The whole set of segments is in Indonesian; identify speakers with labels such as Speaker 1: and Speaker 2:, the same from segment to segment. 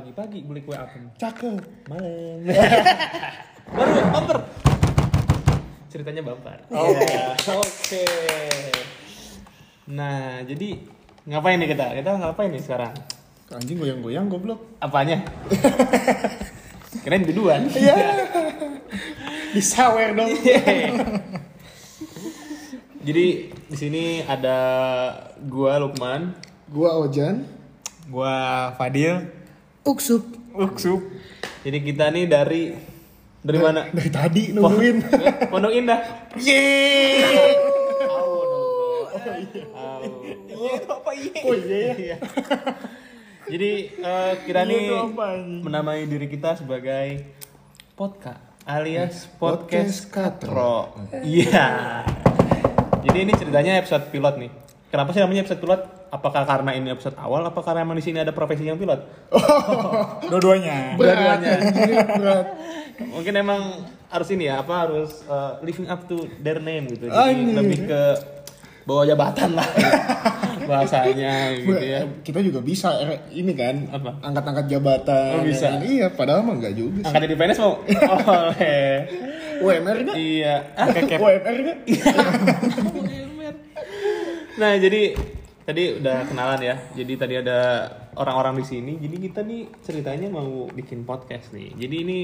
Speaker 1: Pagi-pagi beli kue apem.
Speaker 2: Cakep. Eh.
Speaker 1: Malam. Baru bumper. Ceritanya bumper.
Speaker 2: Oke.
Speaker 1: Iya. Oke. Nah, jadi ngapain nih kita? Kita ngapain nih sekarang?
Speaker 2: Anjing goyang-goyang goblok.
Speaker 1: Apanya? Keren biduan.
Speaker 2: Iya. Disawer dong.
Speaker 1: jadi di sini ada gua Lukman,
Speaker 2: Gua Ojan.
Speaker 3: Gua Fadil.
Speaker 2: Uksup.
Speaker 3: Uksup.
Speaker 1: Jadi kita nih dari dari mana?
Speaker 2: Dari tadi nungguin.
Speaker 1: Pondok Indah.
Speaker 3: Yeay.
Speaker 1: Au.
Speaker 3: apa yeay?
Speaker 2: Oh iya ya.
Speaker 1: Jadi eh, kita
Speaker 3: Iya
Speaker 1: nih
Speaker 3: tuh apa, anjing?
Speaker 1: menamai diri kita sebagai podcast alias
Speaker 2: Eh,
Speaker 1: podcast
Speaker 2: Podcast Katro.
Speaker 1: katro. Iya. Jadi ini ceritanya episode pilot nih. Kenapa sih namanya episode pilot? Apakah karena ini episode awal? Apa karena emang di sini ada profesi yang pilot?
Speaker 3: Dua-duanya.
Speaker 2: Berat anjing, berat.
Speaker 1: Mungkin emang harus ini ya, apa harus eh, living up to their name gitu. Jadi
Speaker 2: Anjing.
Speaker 1: lebih ke bawa jabatan lah gitu. bahasanya gitu ya.
Speaker 2: Kita juga bisa eh, ini kan
Speaker 1: Apa?
Speaker 2: angkat-angkat jabatan.
Speaker 1: Oh, bisa.
Speaker 2: Iya, padahal mah enggak juga.
Speaker 1: Angkat jadi PNS mau? Oleh.
Speaker 2: UMR enggak?
Speaker 1: Iya. Ah,
Speaker 2: UMR enggak?
Speaker 1: Nah, jadi tadi udah kenalan ya. Jadi tadi ada orang-orang di sini. Jadi kita nih ceritanya mau bikin podcast nih. Jadi ini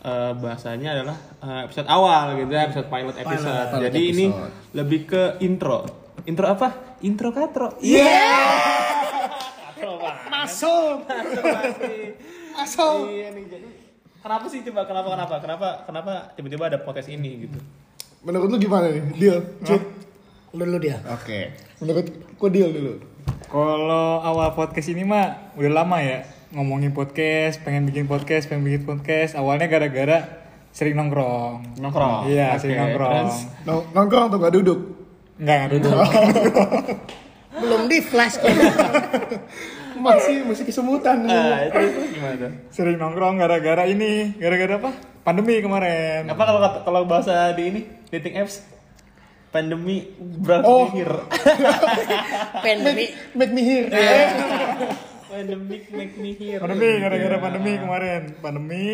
Speaker 1: eh, bahasanya adalah eh, episode awal gitu ya, episode pilot episode.
Speaker 2: Pilot
Speaker 1: jadi ini
Speaker 2: episode.
Speaker 1: lebih ke intro. Intro apa? Intro katro.
Speaker 2: Iya.
Speaker 1: Katro, Pak.
Speaker 2: Masuk.
Speaker 1: Katro pasti.
Speaker 2: Masuk.
Speaker 1: Iya nih jadi kenapa sih coba kenapa kenapa kenapa kenapa tiba-tiba ada podcast ini gitu?
Speaker 2: Menurut lu gimana nih? Deal. Cut.
Speaker 4: Lu dulu dia.
Speaker 2: Oke. Menurut gua deal dulu.
Speaker 3: Kalau awal podcast ini mah udah lama ya ngomongin podcast, pengen bikin podcast, pengen bikin podcast. Awalnya gara-gara sering nongkrong.
Speaker 1: Nongkrong.
Speaker 3: Iya,
Speaker 1: Oke,
Speaker 3: sering nongkrong.
Speaker 1: terus?
Speaker 2: Nong- Nongkrong tuh enggak duduk.
Speaker 3: Enggak nggak duduk.
Speaker 4: Belum di flash.
Speaker 2: Masih masih kesemutan.
Speaker 1: Ah, itu, itu gimana? tuh?
Speaker 3: Sering nongkrong gara-gara ini, gara-gara apa? Pandemi kemarin.
Speaker 1: Apa kalau kata- kalau bahasa di ini dating apps pandemi
Speaker 2: Oh.
Speaker 1: berakhir.
Speaker 4: Pandemi.
Speaker 2: Make me here.
Speaker 1: pandemi make me here.
Speaker 3: pandemi gara-gara pandemi kemarin pandemi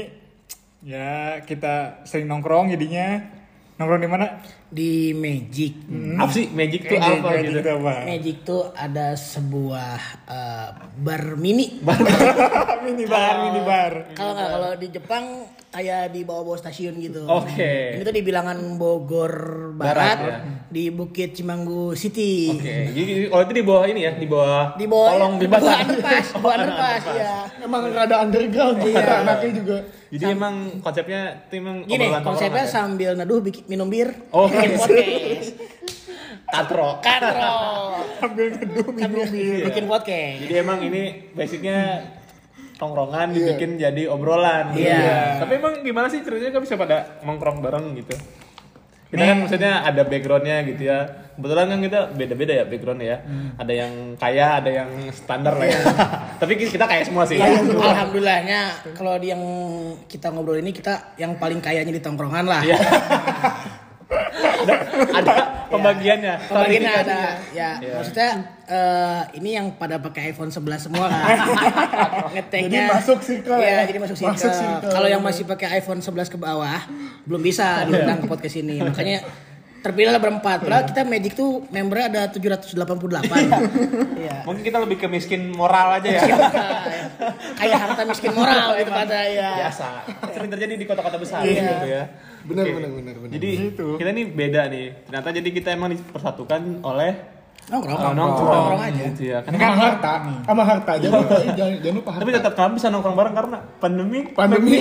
Speaker 3: ya kita sering nongkrong jadinya nongkrong di mana
Speaker 4: Di Magic.
Speaker 1: Iya. Apa sih magic tuh
Speaker 3: Magic,
Speaker 1: apa
Speaker 3: magic
Speaker 1: gitu?
Speaker 3: tuh apa
Speaker 4: Magic tuh ada sebuah eh, bar mini.
Speaker 3: mini bar mini bar
Speaker 4: Kalau nggak kalau di Jepang kayak di bawah-bawah stasiun gitu.
Speaker 1: Oke.
Speaker 4: Ini tuh di bilangan Bogor
Speaker 1: Barat,
Speaker 4: Barat,
Speaker 1: ya.
Speaker 4: di Bukit Cimanggu City.
Speaker 1: Oke, jadi kalau itu di bawah ini ya, di bawah
Speaker 4: Di bawah
Speaker 1: kolong
Speaker 4: di
Speaker 1: bebas.
Speaker 4: bawah underpass, bawah underpass ya.
Speaker 2: Emang rada underground
Speaker 1: Iya.
Speaker 2: gitu anaknya juga.
Speaker 1: Jadi emang konsepnya itu emang
Speaker 4: Gini,
Speaker 1: obrolan
Speaker 4: konsepnya
Speaker 1: tongkrongan
Speaker 4: sambil neduh bikin minum bir.
Speaker 1: ya? Oh,
Speaker 4: bikin podcast.
Speaker 1: katro.
Speaker 4: Katro.
Speaker 3: ambil gedung
Speaker 4: Sambil bikin podcast.
Speaker 1: Jadi emang ini basicnya tongkrongan dibikin jadi obrolan.
Speaker 4: Iya.
Speaker 1: Tapi emang gimana sih ceritanya kan bisa pada nongkrong bareng gitu? Kita kan maksudnya ada backgroundnya gitu ya. Kebetulan kan kita beda-beda ya backgroundnya ya. Ada yang kaya, ada yang standar lah ya. Tapi kita kaya Iya, semua sih.
Speaker 4: Ya, alhamdulillahnya kalau di yang kita ngobrol ini kita yang paling kayanya di tongkrongan lah.
Speaker 1: Iya. ada, ada Iya. pembagiannya.
Speaker 4: Pembagiannya ada
Speaker 1: klarifikasinya.
Speaker 4: ya,
Speaker 1: Iya.
Speaker 4: maksudnya eh, ini yang pada pakai iPhone 11 semua kan. Ngeteknya.
Speaker 2: Jadi masuk circle ya.
Speaker 4: Iya, jadi masuk circle.
Speaker 2: Masuk circle.
Speaker 4: Kalau yang masih pakai iPhone 11 ke bawah belum bisa diundang ke podcast ini. Makanya terpilihlah berempat. Padahal
Speaker 2: Iya.
Speaker 4: kita Magic tuh membernya ada 788. Iya.
Speaker 1: Mungkin kita lebih ke miskin moral aja ya.
Speaker 4: Kayak harta miskin moral gitu
Speaker 1: Iya.
Speaker 4: pada ya.
Speaker 1: Biasa. Sering terjadi di kota-kota besar
Speaker 4: Iya.
Speaker 1: gitu ya.
Speaker 2: Benar
Speaker 1: Oke.
Speaker 2: benar benar benar.
Speaker 1: Jadi kita ini beda nih. Ternyata jadi kita emang dipersatukan oleh
Speaker 4: Nongkrong.
Speaker 1: uh, nongkrong
Speaker 4: Nongkrong aja.
Speaker 1: gitu ya. Kan-
Speaker 2: sama harta, sama harta jangan lupa, jangan, jangan lupa harta.
Speaker 1: Tapi tetap kami bisa nongkrong bareng karena pandemi.
Speaker 2: Pandemi.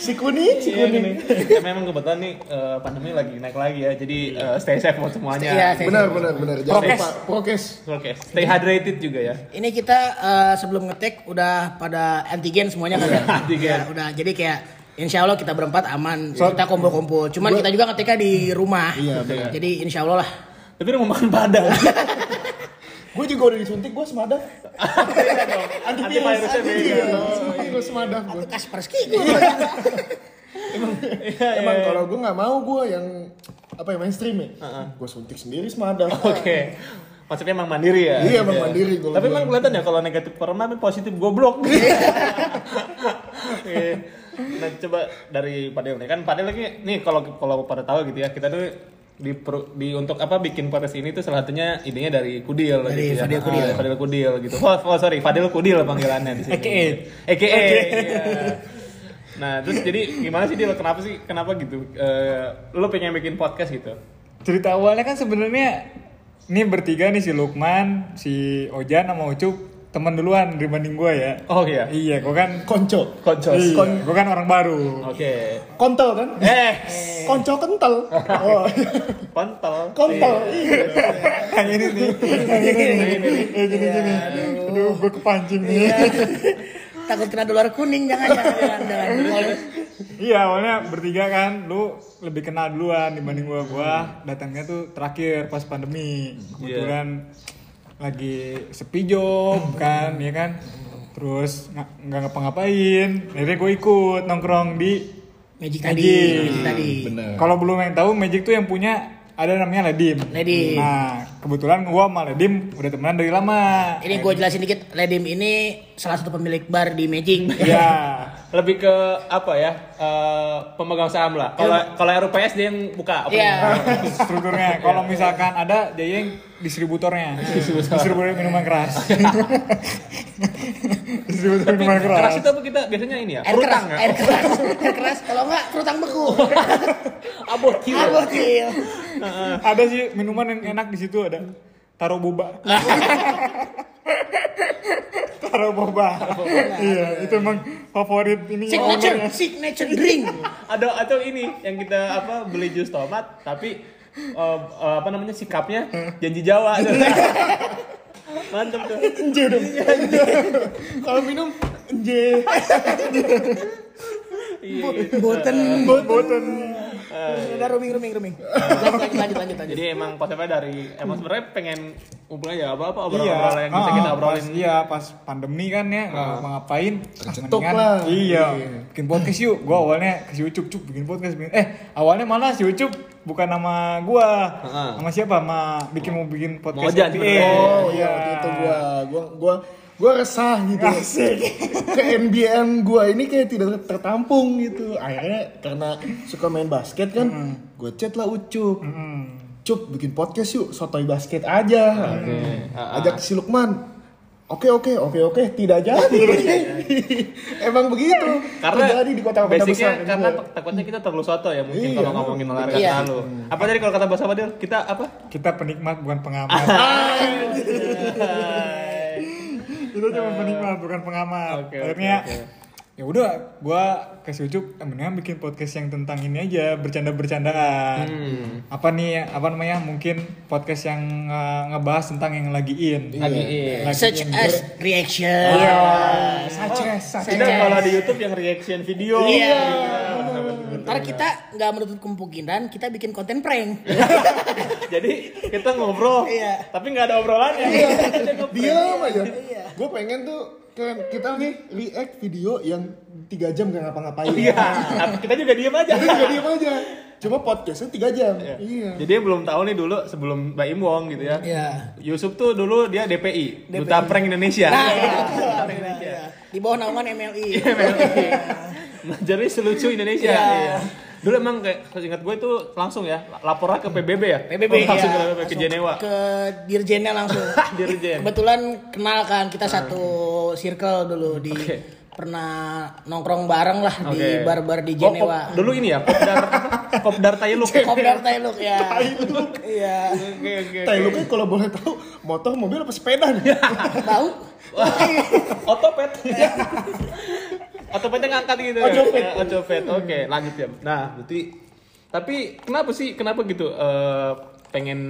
Speaker 2: si kuning, si
Speaker 1: Iya,
Speaker 2: kuning.
Speaker 1: gini. Ya, memang kebetulan nih eh, pandemi lagi naik lagi ya. Jadi eh, stay safe buat semuanya.
Speaker 4: Iya, stay-
Speaker 2: Benar benar benar. Jangan
Speaker 1: Prokes.
Speaker 2: lupa prokes.
Speaker 1: Oke, stay hydrated juga ya.
Speaker 4: Ini kita eh, sebelum ngetek udah pada antigen semuanya kan ya?
Speaker 1: Antigen.
Speaker 4: Ya, udah. Jadi kayak insya Allah kita berempat aman. kita kumpul-kumpul. Cuman kita juga ngeteknya di rumah.
Speaker 2: Iya, benar.
Speaker 4: Jadi insya Allah lah.
Speaker 1: Tapi udah mau makan badang.
Speaker 2: Gue juga udah disuntik, gue semadaf.
Speaker 1: Antivirusnya beda. Iya.
Speaker 2: Gue semadaf gue.
Speaker 4: Kaspersky gue.
Speaker 1: iya.
Speaker 2: Emang kalau gue nggak mau gue yang apa ya mainstream ya, gue suntik sendiri semadaf.
Speaker 1: Oke. maksudnya emang mandiri ya
Speaker 2: Iya,
Speaker 1: gitu
Speaker 2: emang
Speaker 1: ya.
Speaker 2: mandiri kalau
Speaker 1: tapi
Speaker 2: gua.
Speaker 1: emang kelihatan ya kalau negatif corona tapi positif goblok Oke. nah coba dari Padel nih kan Padel lagi nih kalau kalau pada tahu gitu ya kita tuh di, pro- di untuk apa bikin podcast ini tuh salah satunya idenya dari Kudil
Speaker 4: Dari
Speaker 1: gitu ya.
Speaker 4: Fadil Kudil.
Speaker 1: Ah, Fadil Kudil gitu. Oh, oh, sorry, Fadil Kudil panggilannya di sini.
Speaker 3: AKA.
Speaker 1: EKE. Iya. Nah, terus jadi gimana sih Dil? Kenapa sih? Kenapa gitu? Eh, lo pengen bikin podcast gitu?
Speaker 3: cerita awalnya kan sebenarnya ini bertiga nih si Lukman, si Ojan sama Ucup teman duluan dibanding gua ya.
Speaker 1: Oh iya.
Speaker 3: Iya, gua kan
Speaker 2: Konco.
Speaker 1: Kocos.
Speaker 3: iya,
Speaker 1: Kon-
Speaker 3: gua kan orang baru.
Speaker 1: Oke.
Speaker 2: Kontol kan?
Speaker 1: Eh,
Speaker 2: Konco kental. Oh,
Speaker 1: kontol.
Speaker 2: kontol.
Speaker 3: Yang ini nih. Yang ini nih. Yang gini gini. Aduh, Iya. gua kepancing nih.
Speaker 4: Takut kena dolar kuning jangan jangan jangan. jangan.
Speaker 3: Iya, awalnya bertiga kan lu lebih kenal duluan dibanding gua. Gua datangnya tuh terakhir pas pandemi. Kebetulan lagi sepi job kan, ya kan? Terus nga- nggak ngapa-ngapain. Akhirnya gue ikut nongkrong di Magic.
Speaker 4: Magic tadi. Magic tadi.
Speaker 2: Bener.
Speaker 3: Kalau belum yang tahu Magic tuh yang punya ada namanya Ledim.
Speaker 4: Ledim.
Speaker 3: Nah, kebetulan gua sama Ledim udah temenan dari lama.
Speaker 4: Ini gue jelasin dikit, Ledim ini salah satu pemilik bar di Magic.
Speaker 3: Iya.
Speaker 1: Lebih ke apa ya? Eh, pemegang saham lah. Kalau
Speaker 2: Iya.
Speaker 1: kalau RUPS dia yang buka. opening.
Speaker 4: Iya.
Speaker 3: strukturnya. Kalau misalkan ada dia yang distributornya. Distributor minuman keras. Distributor minuman
Speaker 1: Keras
Speaker 3: keras.
Speaker 1: itu apa kita biasanya ini ya?
Speaker 4: Air keras, air keras, air keras. Kalau enggak kerutang beku.
Speaker 1: Abotil.
Speaker 4: Abotil.
Speaker 3: Ada sih minuman yang enak di situ ada taro boba. taro boba. Iya, itu emang favorit ini.
Speaker 4: Signature,
Speaker 3: Iya.
Speaker 4: signature drink.
Speaker 1: Ada atau ini yang kita apa beli jus tomat tapi eh, eh, apa namanya sikapnya
Speaker 4: Hmm.
Speaker 1: janji Jawa. Mantap tuh.
Speaker 2: Enje dong. Kalau minum enje.
Speaker 1: Iya, gitu.
Speaker 4: Boten.
Speaker 3: Boten.
Speaker 4: Udah rooming, rooming, rooming. Lanjut, lanjut, lanjut, lanjut.
Speaker 1: Jadi emang konsepnya dari emang sebenarnya pengen ngumpulin ya apa apa
Speaker 3: Iya,
Speaker 1: obrolan-obrolan yang bisa
Speaker 3: ah,
Speaker 1: kita
Speaker 3: pas-
Speaker 1: obrolin.
Speaker 3: Iya, pas pandemi kan ya, nggak ngapa-ngapain. ah,
Speaker 2: Tercetuk
Speaker 3: mendingan-
Speaker 2: lah.
Speaker 3: Iya, bikin podcast yuk. Gua awalnya ke si Ucup, Cup bikin podcast. Bikin. Eh, awalnya malah si Ucup bukan nama gua.
Speaker 1: Heeh.
Speaker 3: Sama siapa? Sama bikin mau bikin podcast.
Speaker 1: Mojan,
Speaker 3: FBA.
Speaker 1: bener.
Speaker 2: Oh iya waktu itu gua gua gua gua resah gitu. Ke NBM gua ini kayak tidak tertampung gitu. Akhirnya karena suka main basket kan, gua chat lah Ucup. Cup bikin podcast yuk, sotoy basket aja.
Speaker 1: Ah, ah.
Speaker 2: Ajak si Lukman. Oke oke oke oke tidak jadi. Emang begitu.
Speaker 1: karena
Speaker 2: Terjadi di kota-kota
Speaker 1: basicnya
Speaker 2: besar.
Speaker 1: karena
Speaker 2: juga.
Speaker 1: takutnya kita terlalu soto ya mungkin
Speaker 2: Iya.
Speaker 1: kalau ngomongin olahraga
Speaker 4: Iya.
Speaker 1: terlalu apa tadi kalau kata bahasa apa Dil? kita apa
Speaker 3: Kita penikmat bukan pengamat. Kita cuma penikmat bukan pengamat.
Speaker 1: Eh. Oke, oke,
Speaker 3: Akhirnya
Speaker 1: oke.
Speaker 3: ya udah, gua ke si Ucup eh, mendingan bikin podcast yang tentang ini aja, bercanda-bercandaan.
Speaker 1: Hmm.
Speaker 3: Apa nih apa namanya? Mungkin podcast yang eh, ngebahas tentang yang lagi in.
Speaker 1: lagi iya.
Speaker 3: Lagi
Speaker 4: Such
Speaker 3: in.
Speaker 4: as reaction.
Speaker 3: Iya. Sanchez, Sanchez.
Speaker 1: Kita kalau di YouTube yang reaction video
Speaker 4: Iya. Ntar kita nggak menutup kemungkinan kita bikin konten prank.
Speaker 1: jadi kita ngobrol
Speaker 4: Iya.
Speaker 1: tapi nggak ada obrolannya Iya. Kita ngobrol.
Speaker 2: diam aja gue pengen tuh kan kita nih react video yang tiga jam gak ngapa-ngapain
Speaker 1: iya tapi kita juga diem aja
Speaker 2: Kita
Speaker 4: Iya.
Speaker 2: juga diam aja cuma podcastnya tiga jam iya
Speaker 1: jadi yang belum tahu nih dulu sebelum Mbak Im Wong gitu ya
Speaker 4: Iya.
Speaker 1: Yusuf tuh dulu dia DPI, Duta Prank Indonesia.
Speaker 4: Nah, iya.
Speaker 1: Duta Prank Indonesia.
Speaker 4: Di bawah naungan MLI.
Speaker 1: Nah, jadi selucu Indonesia.
Speaker 4: Iya.
Speaker 1: Iya. Dulu emang kayak ingat gue itu langsung ya laporan ke PBB ya.
Speaker 4: PBB
Speaker 1: Oh, langsung
Speaker 4: iya.
Speaker 1: ke Iya. PBB ke
Speaker 4: Langsung
Speaker 1: Jenewa.
Speaker 4: Ke Dirjennya langsung.
Speaker 1: Dirjen.
Speaker 4: Kebetulan kenal kan kita satu circle dulu di
Speaker 1: Oke.
Speaker 4: pernah nongkrong bareng lah di
Speaker 1: Oke.
Speaker 4: bar-bar di
Speaker 1: Oh, kop-
Speaker 4: Jenewa.
Speaker 1: dulu ini ya, kopdar apa? kopdar Tailuk.
Speaker 4: Kopdar Tailuk ya. Iya.
Speaker 1: Oke oke.
Speaker 2: Tai lu kan kalau boleh tahu motor mobil apa sepeda nih
Speaker 4: Tahu?
Speaker 1: Otopet. Otopetnya ngangkat gitu. ya?
Speaker 2: Ojopet.
Speaker 1: Ya, Ojopet. Oke, lanjut ya. Nah, berarti tapi kenapa sih kenapa gitu eh, pengen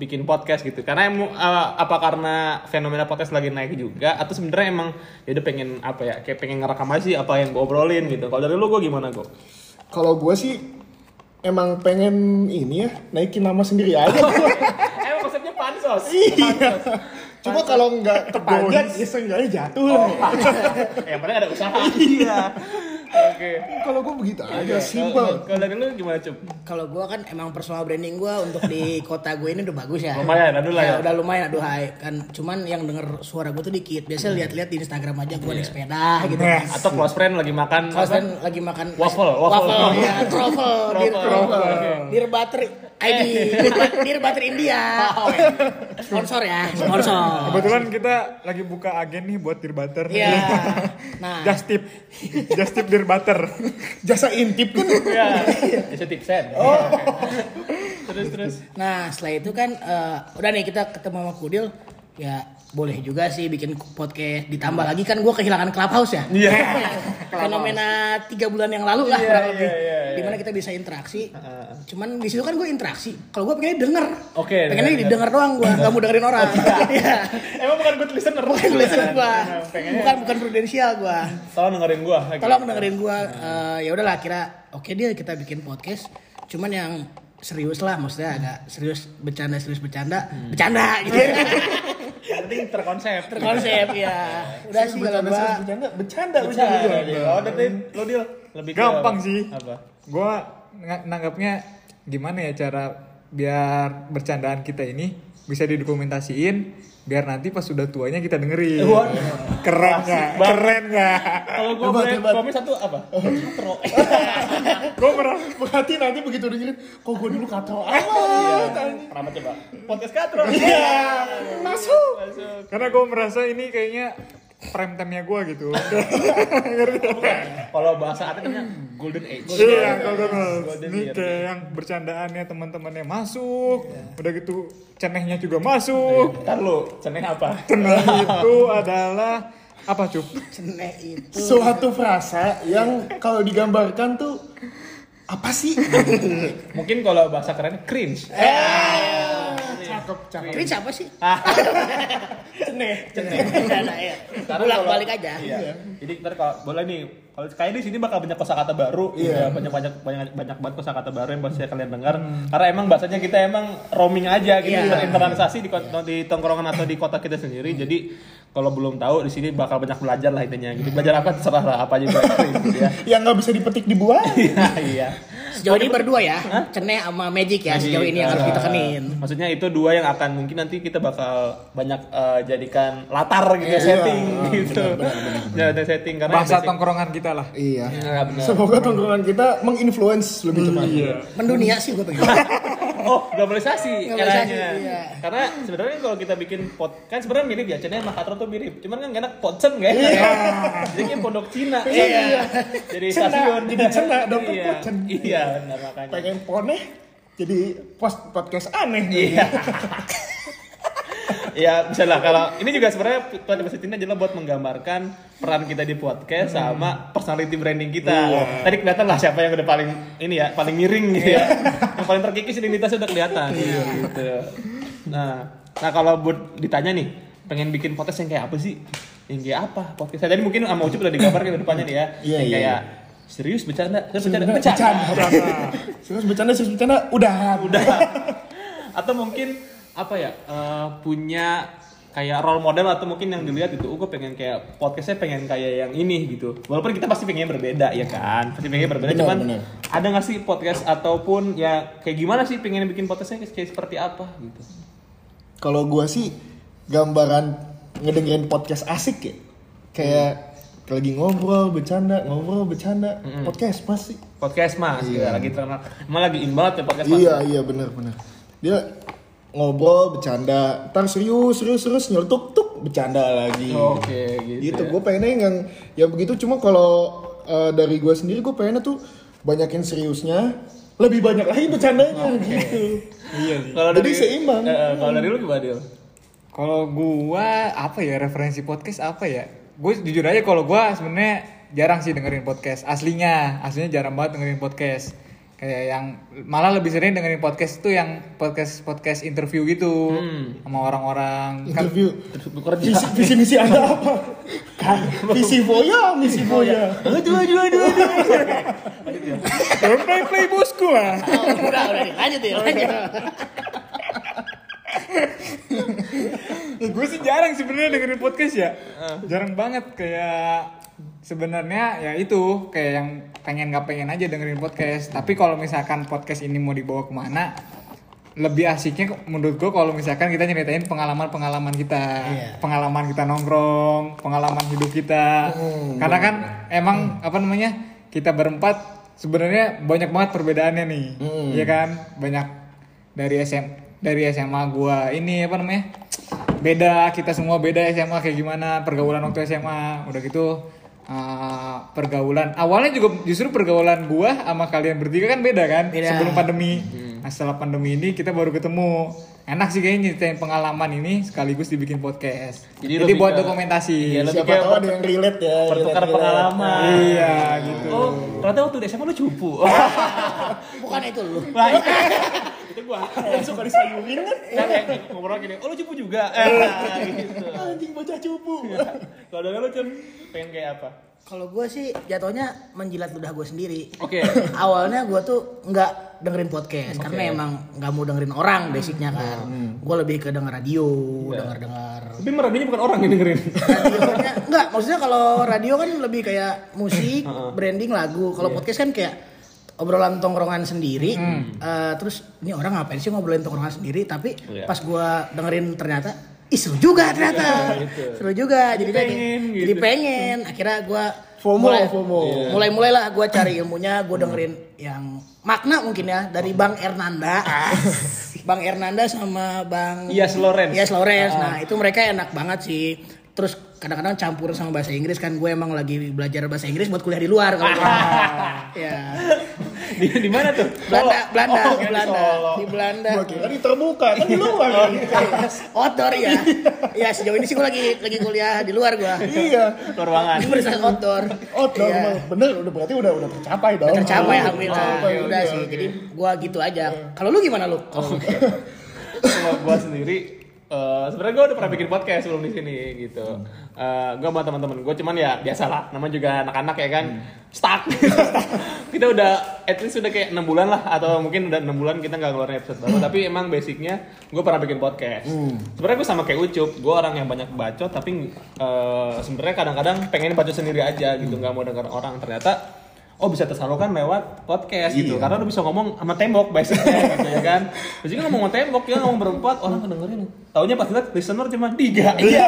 Speaker 1: bikin podcast gitu? Karena em- eh, apa karena fenomena podcast lagi naik juga atau sebenarnya emang ya udah pengen apa ya? Kayak pengen ngerekam aja sih apa yang gue obrolin gitu. Kalau dari lu gue gimana, Go?
Speaker 2: kalau gue sih emang pengen ini ya naikin nama sendiri aja
Speaker 1: Emang konsepnya Eh, pansos.
Speaker 2: iya cuma kalau nggak terpanjat ya seenggaknya jatuh
Speaker 1: yang penting ada usaha iya Oke.
Speaker 2: Kalau gue begitu aja, simple.
Speaker 1: Kalau dari lu gimana, Cup?
Speaker 4: Kalau gua kan emang personal branding gua untuk di kota gue ini udah bagus ya.
Speaker 1: Lumayan, aduh lah
Speaker 4: Ya,
Speaker 1: ya.
Speaker 4: udah lumayan aduhai kan. Cuman yang denger suara gua tuh dikit. Biasanya
Speaker 1: Hmm.
Speaker 4: lihat-lihat di Instagram aja
Speaker 1: Iya.
Speaker 4: gua naik sepeda gitu.
Speaker 3: Yes.
Speaker 1: Atau close friend Oh, gitu. lagi makan
Speaker 4: Kalau
Speaker 1: apa?
Speaker 4: kan lagi makan
Speaker 1: Nah. Waffle, waffle.
Speaker 4: waffle, ya, truffle, dear,
Speaker 1: Truffle,
Speaker 4: truffle,
Speaker 1: oke.
Speaker 4: dear butter, ID, dear, bu- dear butter India, sponsor ya, sponsor.
Speaker 3: Kebetulan kita lagi buka agen nih buat Dear Butter.
Speaker 4: Iya. Nah,
Speaker 3: Just tip. Just tip Dear Butter.
Speaker 2: Jasa intip kan
Speaker 1: Iya. Itu tipsen. Terus terus.
Speaker 4: nah setelah itu kan eh, udah nih kita ketemu sama Kudil, ya boleh juga sih bikin podcast. Ditambah lagi kan gue kehilangan clubhouse ya.
Speaker 1: Iya.
Speaker 4: fenomena tiga bulan yang lalu lah
Speaker 1: Iya,
Speaker 4: kurang
Speaker 1: iya,
Speaker 4: lebih.
Speaker 1: iya, iya.
Speaker 4: dimana kita bisa interaksi cuman di situ kan gue interaksi kalau gue pengennya denger
Speaker 1: Oke,
Speaker 4: pengennya
Speaker 1: denger.
Speaker 4: didengar doang gue nggak mau dengerin orang Iya.
Speaker 1: Emang bukan good listener.
Speaker 4: bukan tulisan gue
Speaker 1: Pengennya.
Speaker 4: bukan bukan prudensial gue
Speaker 1: Tolong dengerin gua. Oke.
Speaker 4: tolong dengerin gue ya udahlah kira oke dia kita bikin podcast cuman yang serius lah maksudnya agak serius bercanda serius bercanda
Speaker 1: Hmm.
Speaker 4: bercanda gitu
Speaker 1: Yang penting terkonsep.
Speaker 4: terkonsep ya udah sih kalau
Speaker 2: bercanda
Speaker 4: gue
Speaker 2: serius bercanda, bercanda bercanda.
Speaker 1: Bercanda. Oh, tapi lu deal lebih ke
Speaker 3: Gampang
Speaker 1: apa?
Speaker 3: sih.
Speaker 1: Apa?
Speaker 3: Gua nga- nanggapnya gimana ya cara biar bercandaan kita ini bisa didokumentasiin biar nanti pas sudah tuanya kita dengerin.
Speaker 1: Waduh.
Speaker 3: Keren nggak? Keren nggak?
Speaker 1: Kalau gua
Speaker 2: Hebat,
Speaker 1: boleh
Speaker 2: hebat.
Speaker 1: komen satu apa? Katro.
Speaker 3: Gue merah.
Speaker 2: Berarti nanti begitu dengerin, kok gue dulu katro
Speaker 1: Iya.
Speaker 2: amat. anjing.
Speaker 1: Kenapa coba? Podcast Katro.
Speaker 2: Masuk.
Speaker 1: Masuk.
Speaker 3: Karena gue merasa ini kayaknya prime time-nya gue gitu.
Speaker 1: Kalau bahasa artinya golden age.
Speaker 3: Iya, kalau
Speaker 1: Golden
Speaker 3: Ini
Speaker 1: year.
Speaker 3: kayak yang bercandaannya teman-temannya masuk,
Speaker 1: Iya.
Speaker 3: udah gitu cenehnya juga masuk.
Speaker 1: Ntar lu ceneng apa?
Speaker 3: Ceneh
Speaker 1: Iya.
Speaker 3: itu adalah apa cup?
Speaker 4: ceneh itu
Speaker 2: Suatu frasa yang kalau digambarkan tuh apa sih?
Speaker 1: Mungkin kalau bahasa keren cringe.
Speaker 4: Eh,
Speaker 2: cakep, cakep.
Speaker 4: Cringe apa sih?
Speaker 1: Ah. Ceneng.
Speaker 4: Nah, iya. Bolak balik aja.
Speaker 1: Iya. Jadi ntar kalau boleh nih, kalau kayak di sini bakal banyak kosakata baru, iya. banyak banyak banyak banyak banget kosakata baru yang pasti kalian dengar. Karena emang bahasanya kita emang roaming aja gitu,
Speaker 4: Iya.
Speaker 1: internalisasi di, kot- di tongkrongan atau di kota kita sendiri. Jadi kalau belum tahu di sini bakal banyak belajar lah intinya. Gitu. Belajar apa terserah lah apa aja gitu ya.
Speaker 2: Yang nggak bisa dipetik dibuang.
Speaker 1: Iya, iya.
Speaker 4: Sejauh ini berdua ya, Ceneh sama Magic ya sejauh ini yang harus
Speaker 1: ah.
Speaker 4: kita kenin.
Speaker 1: Iya. Maksudnya itu dua yang akan mungkin nanti kita bakal banyak eh, jadikan latar
Speaker 4: Iya.
Speaker 1: gitu setting
Speaker 4: Ah,
Speaker 1: gitu. Jadikan setting karena
Speaker 3: Bahasa
Speaker 1: basic-
Speaker 3: tongkrongan kita lah.
Speaker 2: Iya. Hmm,
Speaker 1: Iya, benar.
Speaker 2: Semoga tongkrongan kita menginfluence lebih tepatnya.
Speaker 4: Mendunia sih gue pengen.
Speaker 1: Oh, globalisasi,
Speaker 4: Globalisasi,
Speaker 1: eranya.
Speaker 4: iya.
Speaker 1: Karena sebenarnya kalau kita bikin pot kan sebenarnya mirip ya, Cina sama Katro tuh mirip. Cuman kan nggak enak potsen nggak enak.
Speaker 4: Iya.
Speaker 1: ya. Jadi kayak pondok Cina. Iya. Jadi
Speaker 2: Cina,
Speaker 1: stasiun.
Speaker 2: jadi Cina, dokter
Speaker 1: Iya.
Speaker 2: potsen.
Speaker 1: Iya, benar makanya.
Speaker 2: Pengen poneh jadi post podcast aneh.
Speaker 1: Iya. ya bisa lah kalau ini juga sebenarnya tuan bahasa Cina adalah buat menggambarkan peran kita di podcast sama personality branding kita. Tadi kelihatan lah siapa yang udah paling ini ya paling miring gitu ya, yang paling terkikis identitasnya udah kelihatan. gitu. Nah, nah kalau buat ditanya nih pengen bikin podcast yang kayak apa sih? Yang kayak apa podcast? Tadi mungkin sama Ucup udah digambarkan ke depannya nih ya.
Speaker 2: Iya,
Speaker 1: yang
Speaker 2: iya.
Speaker 1: kayak serius bercanda, serius bercanda,
Speaker 2: Bercanda,
Speaker 1: bercanda.
Speaker 2: Hmm, bercanda. Serius bercanda, serius bercanda, udah.
Speaker 1: udah atau mungkin apa ya eh, punya kayak role model atau mungkin yang dilihat itu oh, gue pengen kayak podcastnya pengen kayak yang ini gitu walaupun kita pasti pengen berbeda ya kan pasti pengen berbeda
Speaker 2: Benar,
Speaker 1: cuman
Speaker 2: benar.
Speaker 1: ada nggak sih podcast ataupun ya kayak gimana sih pengen bikin podcastnya kayak seperti apa gitu
Speaker 2: Kalau gua sih gambaran ngedengerin podcast asik ya. Kayak lagi ngobrol, bercanda, ngobrol, bercanda.
Speaker 1: Hmm.
Speaker 2: Podcast pasti.
Speaker 1: podcast mas ya, lagi terkenal emang lagi in banget ya podcast mas
Speaker 2: Iya, iya benar benar. Dia ngobrol, bercanda, ntar serius, serius, serius, nyeletuk tuk, bercanda lagi.
Speaker 1: oke gitu,
Speaker 2: gitu
Speaker 1: ya.
Speaker 2: gue pengennya yang yang begitu cuma kalau eh, dari gue sendiri gue pengennya tuh banyakin seriusnya lebih banyak lagi bercandanya gitu
Speaker 3: Iya sih.
Speaker 1: kalau
Speaker 2: Jadi seimbang.
Speaker 1: Eh, eh, kalau dari lu gimana Dil?
Speaker 3: Kalau gua apa ya referensi podcast apa ya? Gue jujur aja kalau gua sebenarnya jarang sih dengerin podcast aslinya, aslinya jarang banget dengerin podcast. Kayak yang malah lebih sering dengerin podcast tuh yang podcast podcast interview gitu sama orang-orang. Kan-
Speaker 2: interview
Speaker 1: Terus lu kerja
Speaker 2: visi visi misi anda apa visi voya misi voya
Speaker 1: aduh aduh aduh
Speaker 2: Iya,
Speaker 1: aduh
Speaker 3: Don't play play bosku lah.
Speaker 4: Oh, udah udah lanjut ya lanjut.
Speaker 3: ya, gue sih jarang sebenarnya dengerin podcast ya jarang banget kayak sebenarnya ya itu kayak yang pengen nggak pengen aja dengerin podcast tapi kalau misalkan podcast ini mau dibawa kemana lebih asiknya ke- menurut gue kalau misalkan kita nyeritain pengalaman-pengalaman kita
Speaker 4: Iya.
Speaker 3: pengalaman kita nongkrong pengalaman hidup kita karena kan emang apa namanya kita berempat sebenarnya banyak banget perbedaannya nih Iya kan banyak dari SM dari SMA gua ini apa namanya beda kita semua beda SMA kayak gimana pergaulan waktu SMA udah gitu eh, pergaulan awalnya juga justru pergaulan gua sama kalian bertiga kan beda kan
Speaker 4: Beda.
Speaker 3: sebelum pandemi nah setelah pandemi ini kita baru ketemu enak sih kayaknya nyeritain pengalaman ini sekaligus dibikin podcast
Speaker 1: Jadi
Speaker 3: jadi,
Speaker 1: lebih
Speaker 3: buat
Speaker 1: ke-
Speaker 3: dokumentasi
Speaker 1: iya, lebih
Speaker 2: Siapa
Speaker 1: kayak
Speaker 2: tahu ada yang relate ya.
Speaker 1: Pertukar
Speaker 2: relate-relate.
Speaker 1: pengalaman.
Speaker 3: iya gitu
Speaker 1: Oh, ternyata waktu di SMA lu cupu.
Speaker 4: Bukan itu lu.
Speaker 1: Wah, itu, itu gua yang suka disayungin kan. Kan yang ngobrol gini, "Oh, lu cupu juga." Eh, nah, gitu.
Speaker 2: Anjing bocah cupu.
Speaker 1: Kalau dari lu, Cun, pengen kayak apa?
Speaker 4: Kalau gue sih jatuhnya menjilat ludah gue sendiri.
Speaker 1: Oke.
Speaker 4: Awalnya gue tuh nggak dengerin podcast karena emang nggak mau dengerin orang basicnya kan. Gue lebih ke denger radio, denger dengar
Speaker 1: Tapi meradionya bukan orang yang dengerin.
Speaker 4: radionya enggak maksudnya kalau radio kan lebih kayak musik branding lagu kalau
Speaker 1: Iya.
Speaker 4: podcast kan kayak obrolan tongkrongan sendiri
Speaker 1: Hmm.
Speaker 4: Eh, terus ini orang ngapain sih ngobrolin tongkrongan sendiri tapi
Speaker 1: Iya.
Speaker 4: pas gua dengerin ternyata Ih, seru juga ternyata seru juga jadi kayak-
Speaker 1: Iya, gitu. pengen gitu. Iya.
Speaker 4: jadi pengen akhirnya gua
Speaker 2: FOMO,
Speaker 4: mulai,
Speaker 2: FOMO.
Speaker 4: mulai mulailah gua cari ilmunya
Speaker 1: Hmm.
Speaker 4: gua dengerin yang makna mungkin ya dari Bang Ernanda
Speaker 1: Ah.
Speaker 4: Bang Ernanda sama Bang
Speaker 1: Iyas Lawrence.
Speaker 4: Iyas Lawrence. Nah, itu mereka enak banget sih. Terus kadang-kadang campur sama bahasa Inggris kan gue emang lagi belajar bahasa Inggris buat kuliah di luar kalau gitu. gue. ya.
Speaker 1: di, di mana tuh?
Speaker 4: Belanda, Belanda,
Speaker 1: Oh,
Speaker 4: di
Speaker 1: di
Speaker 4: Belanda,
Speaker 1: Solo.
Speaker 4: di Belanda.
Speaker 2: Gua kira di terbuka, kan di luar.
Speaker 4: Outdoor ya. ya sejauh ini sih gue lagi lagi kuliah di luar gue.
Speaker 2: Iya.
Speaker 1: Keluar ruangan.
Speaker 4: Di universitas outdoor.
Speaker 2: Oh, dong,
Speaker 4: Iya.
Speaker 2: emang. bener udah berarti udah udah tercapai dong.
Speaker 4: Tercapai
Speaker 2: Udah
Speaker 4: alhamdulillah.
Speaker 2: Oh,
Speaker 4: Ya
Speaker 2: tercapai,
Speaker 4: Udah
Speaker 2: iya,
Speaker 4: sih.
Speaker 2: oke.
Speaker 4: Jadi gue gitu aja. Kalau lu gimana lu?
Speaker 1: kalau gua sendiri eh, sebenarnya gua udah pernah bikin podcast sebelum di sini gitu Eh, Gua sama teman-teman gua cuman ya biasalah namanya juga anak-anak ya kan stuck kita udah at least udah kayak enam bulan lah atau mungkin udah enam bulan kita nggak ngeluarin episode baru tapi emang basicnya gua pernah bikin podcast sebenarnya gua sama kayak ucup gua orang yang banyak bacot tapi eh, sebenarnya kadang-kadang pengen bacot sendiri aja gitu nggak mau dengar orang ternyata oh bisa tersalurkan lewat podcast gitu karena lu bisa ngomong sama tembok basicnya gitu ya kan terus juga ngomong sama tembok ya ngomong berempat orang kedengerin taunya pas lihat listener cuma tiga iya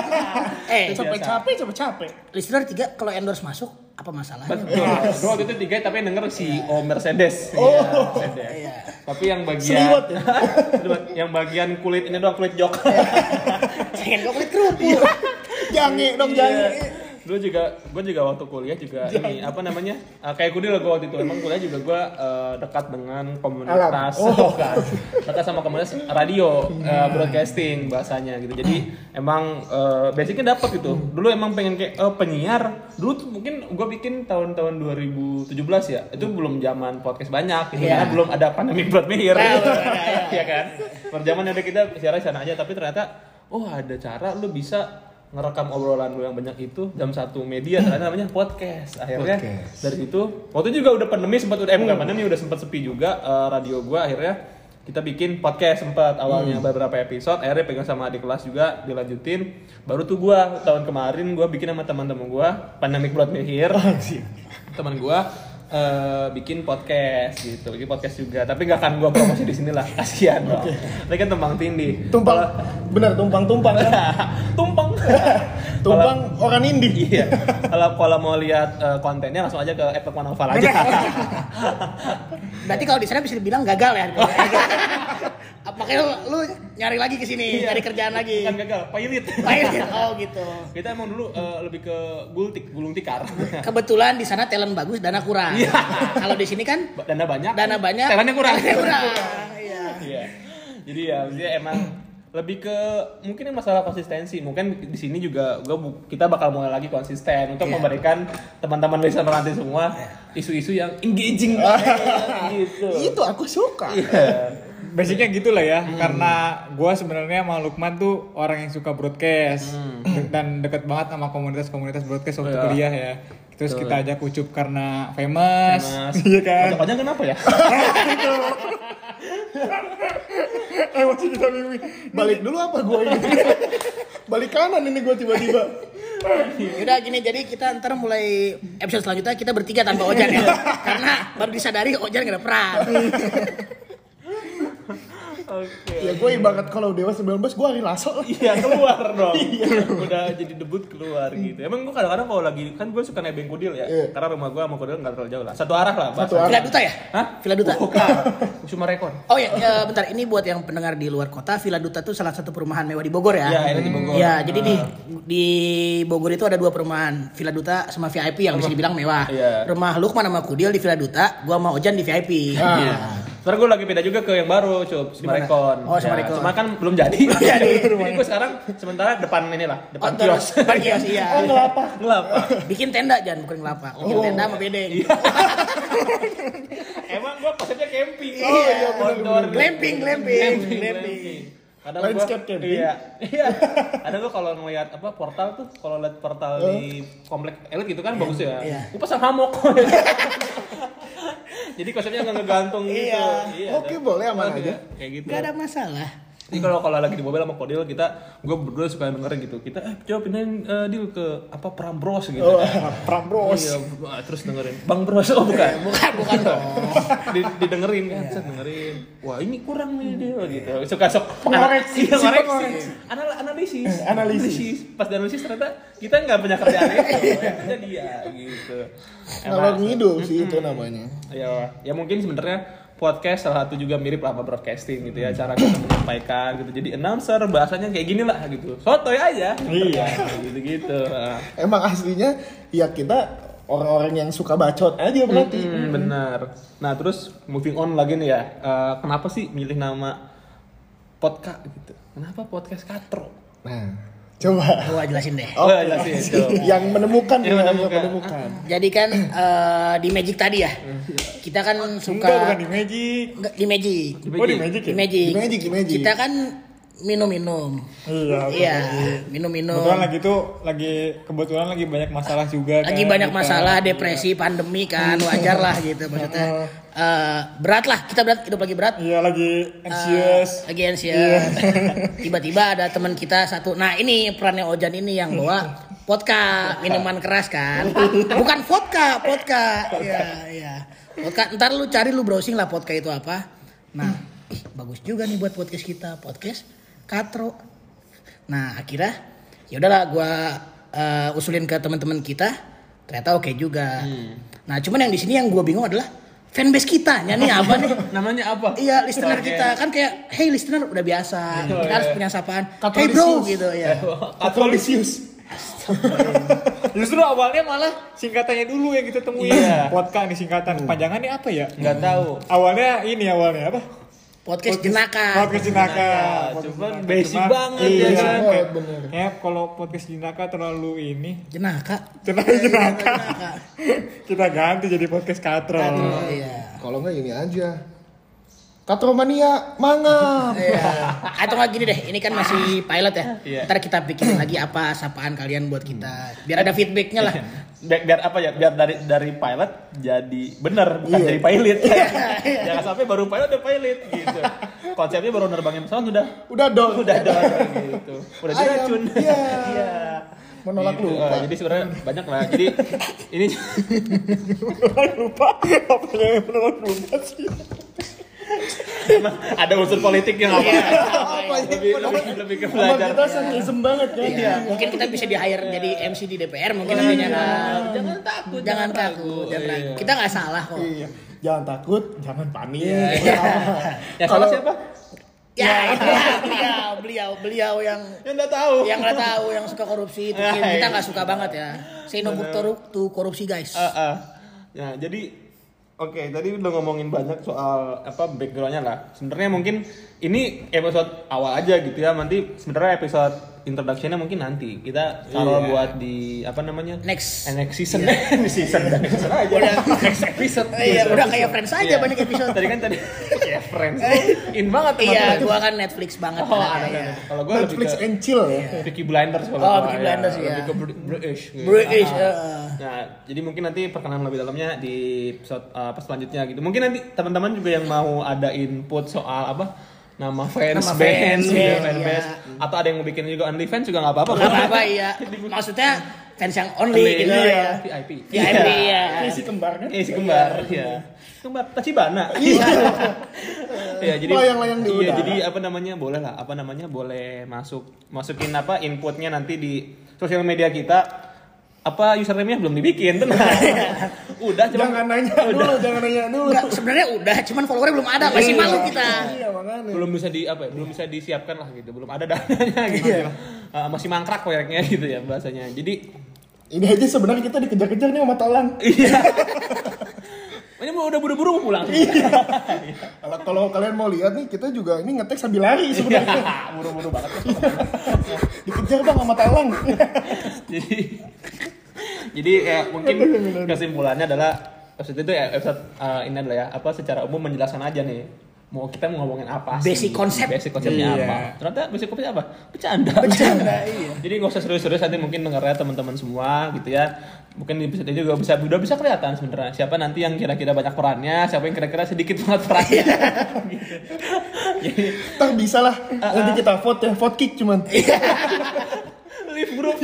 Speaker 4: eh,
Speaker 2: Sampai capek, sampai capek.
Speaker 4: listener tiga kalau endorse masuk apa masalahnya?
Speaker 1: betul gua waktu itu tiga tapi yang denger si oh Mercedes Iya, Mercedes. tapi yang bagian
Speaker 2: Seliwat ya?
Speaker 1: yang bagian kulit ini doang kulit jok
Speaker 4: Pengen gue kulit kerupuk.
Speaker 2: Jange dong, jange.
Speaker 1: Dulu Iya. juga, gue juga waktu kuliah juga ini apa namanya eh, kayak kudil lah gue waktu itu emang kuliah juga gue eh, dekat dengan komunitas,
Speaker 2: Alam. Oh.
Speaker 1: Bukan. dekat sama komunitas radio eh, broadcasting bahasanya gitu. Jadi emang eh, basicnya dapat gitu. Dulu emang pengen kayak eh, penyiar. Dulu tuh mungkin gue bikin tahun-tahun 2017 ya. Itu belum zaman podcast banyak, gitu, karena
Speaker 4: Iya.
Speaker 1: belum ada pandemi Broadmeer,
Speaker 4: Nah,
Speaker 1: ya
Speaker 4: bener, ya, ya.
Speaker 1: kan. Perjaman ada kita siaran sana aja, tapi ternyata oh ada cara lu bisa ngerekam obrolan lu yang banyak itu jam satu media ternyata namanya podcast akhirnya
Speaker 2: Podcast.
Speaker 1: dari situ waktu itu juga udah pandemi sempat udah eh bukan pandemi udah sempat sepi juga eh, radio gua akhirnya kita bikin podcast sempat awalnya beberapa episode akhirnya pegang sama adik kelas juga dilanjutin baru tuh gua tahun kemarin gua bikin sama teman-teman gua pandemic blood here teman gua eh, bikin podcast gitu bikin podcast juga tapi nggak akan gua promosi di sini lah kasihan dong ini kan tumpang tindih
Speaker 2: Tumpang, bener tumpang-tumpang kan.
Speaker 1: tumpang
Speaker 2: Tumpang orang indie.
Speaker 1: Iya. Kalau kalau mau lihat eh, kontennya langsung aja ke Epic Manoval aja.
Speaker 4: Berarti kalau di sana bisa dibilang gagal ya. Makanya lu, lu nyari lagi ke sini, nyari kerjaan lagi.
Speaker 1: Kan gagal, pilot.
Speaker 4: Lain oh gitu.
Speaker 1: Kita emang dulu eh, lebih ke gultik, gulung tikar.
Speaker 4: Kebetulan di sana talent bagus, dana kurang.
Speaker 1: Iya.
Speaker 4: Kalau di sini kan
Speaker 1: Ba- Dana banyak.
Speaker 4: dana banyak,
Speaker 1: Talentnya kurang.
Speaker 4: talentnya kurang. Iya.
Speaker 1: Iya. Jadi ya maksudnya emang lebih ke mungkin yang masalah konsistensi. Mungkin di sini juga gua bu- kita bakal mulai lagi konsisten untuk memberikan teman-teman listener nanti semua isu-isu yang engaging banget gitu.
Speaker 2: Itu aku suka.
Speaker 1: Iya.
Speaker 3: basicnya gitulah ya
Speaker 1: Hmm.
Speaker 3: karena gua sebenarnya sama Lukman tuh orang yang suka broadcast De- dan deket banget sama komunitas-komunitas broadcast
Speaker 1: Hmm.
Speaker 3: waktu
Speaker 1: Iya.
Speaker 3: kuliah ya terus kita ajak ucup karena famous, iya kan
Speaker 1: Pojok-pojok kenapa ya?
Speaker 2: Eh,
Speaker 3: Emosi kita mimi.
Speaker 2: Balik dulu apa gue ini? Balik kanan ini gue tiba-tiba.
Speaker 4: Yaudah gini jadi kita ntar mulai episode selanjutnya kita bertiga tanpa Ojan ya. Karena baru disadari Ojan gak ada peran.
Speaker 1: Iya.
Speaker 2: ya gue ibarat kalau Dewa 19 gue hari lasso.
Speaker 1: Iya keluar dong. Udah jadi debut keluar gitu. Emang gue kadang-kadang kalau lagi kan gue suka nebeng kudil ya.
Speaker 2: Iya.
Speaker 1: Karena rumah gue sama kudil nggak terlalu jauh lah. Satu arah lah. bahasa.
Speaker 2: Satu arah.
Speaker 4: Villa Duta ya?
Speaker 1: Hah? Oh,
Speaker 4: Villa Duta.
Speaker 1: Bukan. Cuma rekor.
Speaker 4: Oh ya, eh, bentar. Ini buat yang pendengar di luar kota, Villa Duta itu salah satu perumahan mewah di Bogor ya.
Speaker 1: Iya, ada di Bogor.
Speaker 4: Ya, jadi di di Bogor itu ada dua perumahan, Villa Duta sama VIP yang bisa dibilang mewah.
Speaker 1: Iya.
Speaker 4: Rumah Lukman sama Kudil di Villa Duta, gua sama Ojan di VIP. Ah.
Speaker 1: Sekarang gue lagi pindah juga ke yang baru, Cup, Semarekon.
Speaker 4: Oh, Semarekon.
Speaker 1: cuma kan belum jadi.
Speaker 4: jadi.
Speaker 1: Jadi gue sekarang sementara depan inilah, depan
Speaker 4: Oh, terus,
Speaker 1: kios.
Speaker 4: depan kios, iya.
Speaker 2: Oh ngelapa.
Speaker 1: Gelap.
Speaker 4: Bikin tenda jangan bukan kelapa. Bikin tenda sama bedeng.
Speaker 1: Emang gue konsepnya camping.
Speaker 4: Oh, iya,
Speaker 1: Outdoor.
Speaker 4: Glamping, glamping,
Speaker 1: Glamping,
Speaker 4: glamping.
Speaker 1: glamping. Kadang
Speaker 2: Landscape
Speaker 1: gua-
Speaker 2: camping.
Speaker 1: Iya. Iya. Ada gue kalau ngelihat apa portal tuh, kalau lihat portal di komplek elit gitu kan bagus ya.
Speaker 4: Oh. iya.
Speaker 1: Gue pasang hamok. Jadi konsepnya nggak ngegantung gitu.
Speaker 4: Iya.
Speaker 1: ada.
Speaker 2: Oke, boleh, aman
Speaker 1: Ada.
Speaker 2: aja.
Speaker 1: Kayak gitu.
Speaker 4: Gak ada masalah.
Speaker 1: Jadi kalau kalau lagi di mobil sama Kodil kita gue berdua suka dengerin gitu. Kita eh coba pindahin eh, deal ke apa Prambros gitu.
Speaker 2: Oh,
Speaker 1: kan.
Speaker 2: Prambros.
Speaker 1: Iya, eh, terus dengerin. Bang Bros oh bukan.
Speaker 4: Eh, Bukan, bukan dong.
Speaker 1: Di- didengerin kan, set dengerin. Wah, ini kurang nih dia
Speaker 4: Iya.
Speaker 1: gitu. Suka sok
Speaker 2: Mengoreksi,
Speaker 1: Iya,
Speaker 2: sifat
Speaker 1: mengoreksi.
Speaker 2: mengoreksi.
Speaker 1: Anal analisis.
Speaker 4: Eh,
Speaker 2: analisis.
Speaker 1: Pas dianalisis ternyata kita nggak punya kerjaan itu. Ternyata dia gitu.
Speaker 2: Ngalor
Speaker 1: Emang-
Speaker 2: ngidul sih itu namanya.
Speaker 1: ya ya mungkin sebenarnya podcast salah satu juga mirip lah sama broadcasting gitu ya
Speaker 3: Hmm.
Speaker 1: cara kita menyampaikan gitu jadi announcer bahasanya kayak gini lah gitu sotoy aja iya gitu gitu
Speaker 2: Emang aslinya ya kita orang-orang yang suka bacot aja berarti.
Speaker 1: hmm, benar nah terus moving on lagi nih ya Eh, kenapa sih milih nama podcast gitu kenapa podcast katro
Speaker 2: Nah, coba.
Speaker 4: Gua jelasin deh.
Speaker 1: Oh, jelasin, coba.
Speaker 2: yang menemukan
Speaker 1: Yang
Speaker 2: ya, yang
Speaker 1: menemukan.
Speaker 2: menemukan.
Speaker 4: Jadi kan eh, di Magic tadi ya. Kita kan suka
Speaker 3: Enggak bukan di Magic.
Speaker 4: Nggak, di Magic.
Speaker 3: Oh di Magic
Speaker 4: Di
Speaker 3: ya?
Speaker 4: Magic.
Speaker 2: Di Magic, di Magic.
Speaker 4: Kita kan minum-minum.
Speaker 3: Iya.
Speaker 4: Iya, minum-minum.
Speaker 3: Kebetulan lagi tuh lagi kebetulan lagi banyak masalah juga. kan,
Speaker 4: Lagi
Speaker 3: Hmm.
Speaker 4: banyak
Speaker 3: kita.
Speaker 4: masalah, depresi, pandemi kan, wajar lah gitu maksudnya.
Speaker 3: Hmm.
Speaker 4: eh, berat lah, kita berat, hidup lagi berat.
Speaker 3: Iya lagi
Speaker 4: Ah.
Speaker 3: anxious.
Speaker 4: Eh, Lagi anxious. Iya. Tiba-tiba ada teman kita satu. Nah, ini perannya Ojan ini yang bawa vodka, minuman keras kan. Bukan vodka, vodka. Iya, iya. Vodka, ntar lu cari lu browsing lah vodka itu apa. Nah, ih, bagus juga nih buat podcast kita, podcast Katro. Nah, akhirnya ya udahlah gua eh, usulin ke teman-teman kita, ternyata oke juga. Nah, cuman yang di sini yang gua bingung adalah fanbase kitanya nih apa nih?
Speaker 1: namanya apa
Speaker 4: Iya, listener
Speaker 1: Oke.
Speaker 4: kita kan kayak, hey listener udah biasa, kita harus punya sapaan, hey
Speaker 2: Katrolisius.
Speaker 4: bro gitu ya.
Speaker 2: Katolisius.
Speaker 3: Justru awalnya malah singkatannya dulu yang kita temuin.
Speaker 1: Iya.
Speaker 3: Podcast nih kan singkatan.
Speaker 4: Hmm.
Speaker 3: Panjangannya apa ya?
Speaker 1: nggak tahu
Speaker 3: Awalnya ini awalnya apa? Oh,
Speaker 4: Podcast jenaka.
Speaker 3: Podcast Jinaka.
Speaker 1: Nah, cuman basic banget
Speaker 3: iya,
Speaker 1: ya
Speaker 3: kan?
Speaker 1: kan
Speaker 2: Bener, bener.
Speaker 3: Ya kalau podcast Jinaka terlalu ini
Speaker 4: Jenaka.
Speaker 3: jenaka jenaka. Kita ganti jadi podcast Katrol.
Speaker 4: Iya.
Speaker 2: Kalau nggak ini aja. Katromania mangap.
Speaker 4: Iya. Atau nggak gini deh, ini kan masih pilot ya.
Speaker 1: Iya.
Speaker 4: Ntar kita pikirin lagi apa sapaan kalian buat kita, biar ada
Speaker 2: Iya
Speaker 4: feedbacknya lah.
Speaker 1: biar, biar apa ya biar dari dari pilot jadi bener bukan
Speaker 2: Iya.
Speaker 1: jadi pilot jangan sampai baru pilot udah pilot gitu konsepnya baru nerbangin pesawat udah
Speaker 2: Udah dong.
Speaker 1: udah ada gitu udah
Speaker 2: Ayam,
Speaker 1: diracun
Speaker 2: iya.
Speaker 1: Iya.
Speaker 2: Menolak
Speaker 1: Gitu.
Speaker 2: lupa.
Speaker 1: Eh, jadi sebenarnya banyak lah jadi ini
Speaker 3: lupa apa yang menolak lupa sih.
Speaker 1: emang ada unsur politiknya
Speaker 4: Iya.
Speaker 1: apa
Speaker 2: Apa ini?
Speaker 1: lebih, lebih, lebih ke
Speaker 2: Sama
Speaker 1: belajar
Speaker 2: kita sadism banget kan.
Speaker 4: Iya. Mungkin kita bisa di hire jadi MC di DPR mungkin nantinya kan. Jangan takut, jangan takut, Iya. jangan takut. Kita nggak salah kok.
Speaker 2: Iya. Jangan takut, jangan panik.
Speaker 4: Iya.
Speaker 2: Iya.
Speaker 1: ya kalau
Speaker 2: Kalau-
Speaker 1: siapa
Speaker 4: Ya, beliau, beliau, beliau yang
Speaker 1: yang nggak tahu
Speaker 4: yang nggak tahu yang suka korupsi itu
Speaker 1: Ah,
Speaker 4: kita
Speaker 1: iya.
Speaker 4: nggak suka banget ya saya no good to, to korupsi guys
Speaker 1: Ah, ah. Nah, jadi oke, tadi udah ngomongin banyak soal apa backgroundnya lah. Sebenarnya mungkin ini episode awal aja gitu ya. Nanti sebenarnya episode introductionnya mungkin nanti kita taruh buat di apa namanya
Speaker 4: Iya. Next.
Speaker 1: Eh, next season next season next season aja next episode
Speaker 4: iya
Speaker 1: Next
Speaker 4: udah
Speaker 1: episode.
Speaker 4: kayak friends aja
Speaker 1: Iya.
Speaker 4: banyak episode
Speaker 1: tadi kan tadi ya friends in banget
Speaker 4: iya
Speaker 1: teman-teman.
Speaker 4: gua kan Netflix banget
Speaker 1: oh
Speaker 4: kan,
Speaker 1: ada
Speaker 4: iya.
Speaker 1: ada. kalau gue lebih
Speaker 2: Netflix
Speaker 1: ke
Speaker 2: and chill ya.
Speaker 1: Peaky Blinders kalau
Speaker 4: Oh,
Speaker 1: nggak salah,
Speaker 4: Peaky Blinders,
Speaker 1: ya.
Speaker 4: iya.
Speaker 1: Lebih ke Br- British. gitu.
Speaker 4: British,
Speaker 1: Ah, ah.
Speaker 4: eh.
Speaker 1: Nah, jadi mungkin nanti perkenalan lebih dalamnya di episode eh, apa selanjutnya gitu. Mungkin nanti teman-teman juga yang mau ada input soal apa nama fans
Speaker 4: Nama
Speaker 1: band,
Speaker 4: fans,
Speaker 1: gitu,
Speaker 4: iya.
Speaker 1: fanbase. atau ada yang mau bikin juga only fans juga nggak apa-apa kan?
Speaker 4: apa iya maksudnya fans yang only gitu
Speaker 1: Iya.
Speaker 4: ya
Speaker 1: VIP.
Speaker 4: VIP ya
Speaker 2: Isi kembarnya.
Speaker 1: Iya si kembar, iya. Kembar Tachibana. Iya. Iya, jadi
Speaker 2: Layang-layang di
Speaker 1: Iya,
Speaker 2: udara.
Speaker 1: jadi apa namanya? Boleh lah, apa namanya? Boleh masuk masukin apa inputnya nanti di sosial media kita. Apa username-nya belum dibikin, tenang. Udah cuma
Speaker 2: Jangan nanya dulu, jangan nanya dulu.
Speaker 4: Enggak, sebenarnya udah, cuman followernya belum ada, masih
Speaker 1: Iya.
Speaker 4: malu kita.
Speaker 2: Iya, makanya.
Speaker 1: belum bisa di apa ya? Belum bisa disiapkan lah gitu. Belum ada dananya gitu. Eh, masih mangkrak koyaknya gitu ya bahasanya. Jadi
Speaker 2: Ini aja sebenarnya kita dikejar-kejar nih sama Tolang.
Speaker 1: iya. Ini mau- udah buru-buru mau pulang.
Speaker 2: Kalau kalau kalian mau lihat nih, kita juga ini ngetek sambil lari
Speaker 4: Iya.
Speaker 2: sebenarnya. Buru-buru banget. Dikejar bang sama Tolang.
Speaker 1: jadi jadi ya mungkin kesimpulannya adalah episode itu ya episode eh, ini adalah ya apa secara umum menjelaskan aja nih mau kita mau ngomongin apa sih
Speaker 4: Basic konsep.
Speaker 1: basic konsepnya
Speaker 3: Iya.
Speaker 1: apa ternyata basic konsepnya apa bercanda
Speaker 4: Bercanda, iya.
Speaker 1: jadi nggak usah serius-serius nanti mungkin dengarnya teman-teman semua gitu ya mungkin di episode ini juga bisa udah bisa kelihatan sebenarnya siapa nanti yang kira-kira banyak perannya siapa yang kira-kira sedikit banget perannya
Speaker 4: Iya.
Speaker 1: Gitu. jadi
Speaker 2: Ntar bisa lah. Nanti kita vote ya, vote kick cuman.
Speaker 4: Iya.
Speaker 1: leave group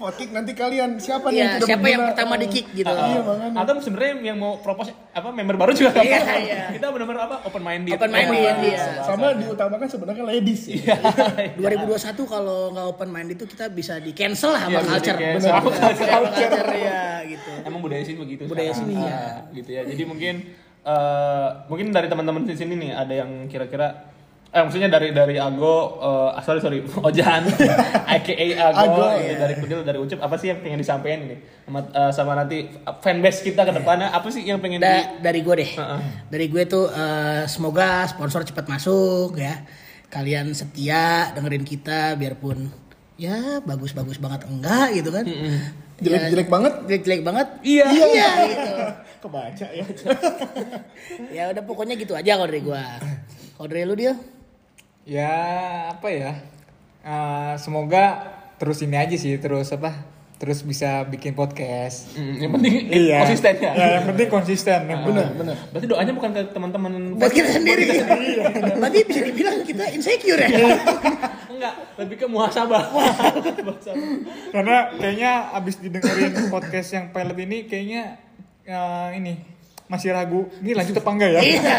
Speaker 2: Vote kick nanti kalian siapa nih
Speaker 4: Iya,
Speaker 2: yang tidak
Speaker 4: siapa yang
Speaker 2: berguna?
Speaker 4: pertama di kick gitu.
Speaker 1: Uh,
Speaker 2: Iya, makanya.
Speaker 1: atau sebenarnya yang mau propose apa member baru juga nggak
Speaker 4: Iya,
Speaker 1: apa-apa.
Speaker 4: iya.
Speaker 1: Kita benar-benar apa open minded.
Speaker 4: Open minded, iya.
Speaker 2: Sama diutamakan sebenarnya ladies. ya.
Speaker 4: 2021 kalau nggak open mind itu kita bisa di cancel
Speaker 1: Iya,
Speaker 4: lah sama
Speaker 1: bisa
Speaker 4: culture.
Speaker 1: di-cancel.
Speaker 4: Benar.
Speaker 1: Sama culture.
Speaker 4: Sama culture ya gitu.
Speaker 1: Emang budaya sini begitu.
Speaker 4: Budaya
Speaker 1: sekarang.
Speaker 4: sini, iya.
Speaker 1: Ah, gitu ya. Jadi mungkin eh, mungkin dari teman-teman di sini nih ada yang kira-kira eh maksudnya dari dari Ago eh ah, sorry sorry Ojan aka Ago,
Speaker 2: Ago,
Speaker 1: ya,
Speaker 4: iya.
Speaker 1: dari Kudil dari Ucup apa sih yang pengen disampaikan ini sama, eh, sama nanti fanbase kita ke depannya apa sih yang pengen di
Speaker 4: Iya. Da- dari gue deh. Dari gue tuh eh, semoga sponsor cepat masuk ya. Kalian setia dengerin kita biarpun ya bagus-bagus banget enggak gitu kan.
Speaker 2: Jelek-jelek banget.
Speaker 4: Jelek-jelek banget.
Speaker 1: Iya.
Speaker 4: Iya gitu.
Speaker 2: Kebaca ya.
Speaker 4: Ya udah pokoknya gitu aja kalau dari gue. Kalau dari lu dia?
Speaker 3: ya apa ya Eh, semoga terus ini aja sih terus apa terus bisa bikin podcast
Speaker 1: Mm, yang penting
Speaker 4: Iya.
Speaker 1: konsisten ya.
Speaker 3: Ya, yang penting konsisten yang benar
Speaker 2: Benar, benar.
Speaker 1: Berarti doanya bukan ke teman-teman
Speaker 4: Buat kita sendiri. Berarti bisa dibilang kita insecure ya.
Speaker 1: Enggak, lebih ke muhasabah. Muhasabah.
Speaker 3: karena kayaknya abis didengerin podcast yang pilot ini kayaknya eh, ini masih ragu ini lanjut apa enggak ya
Speaker 4: Iya.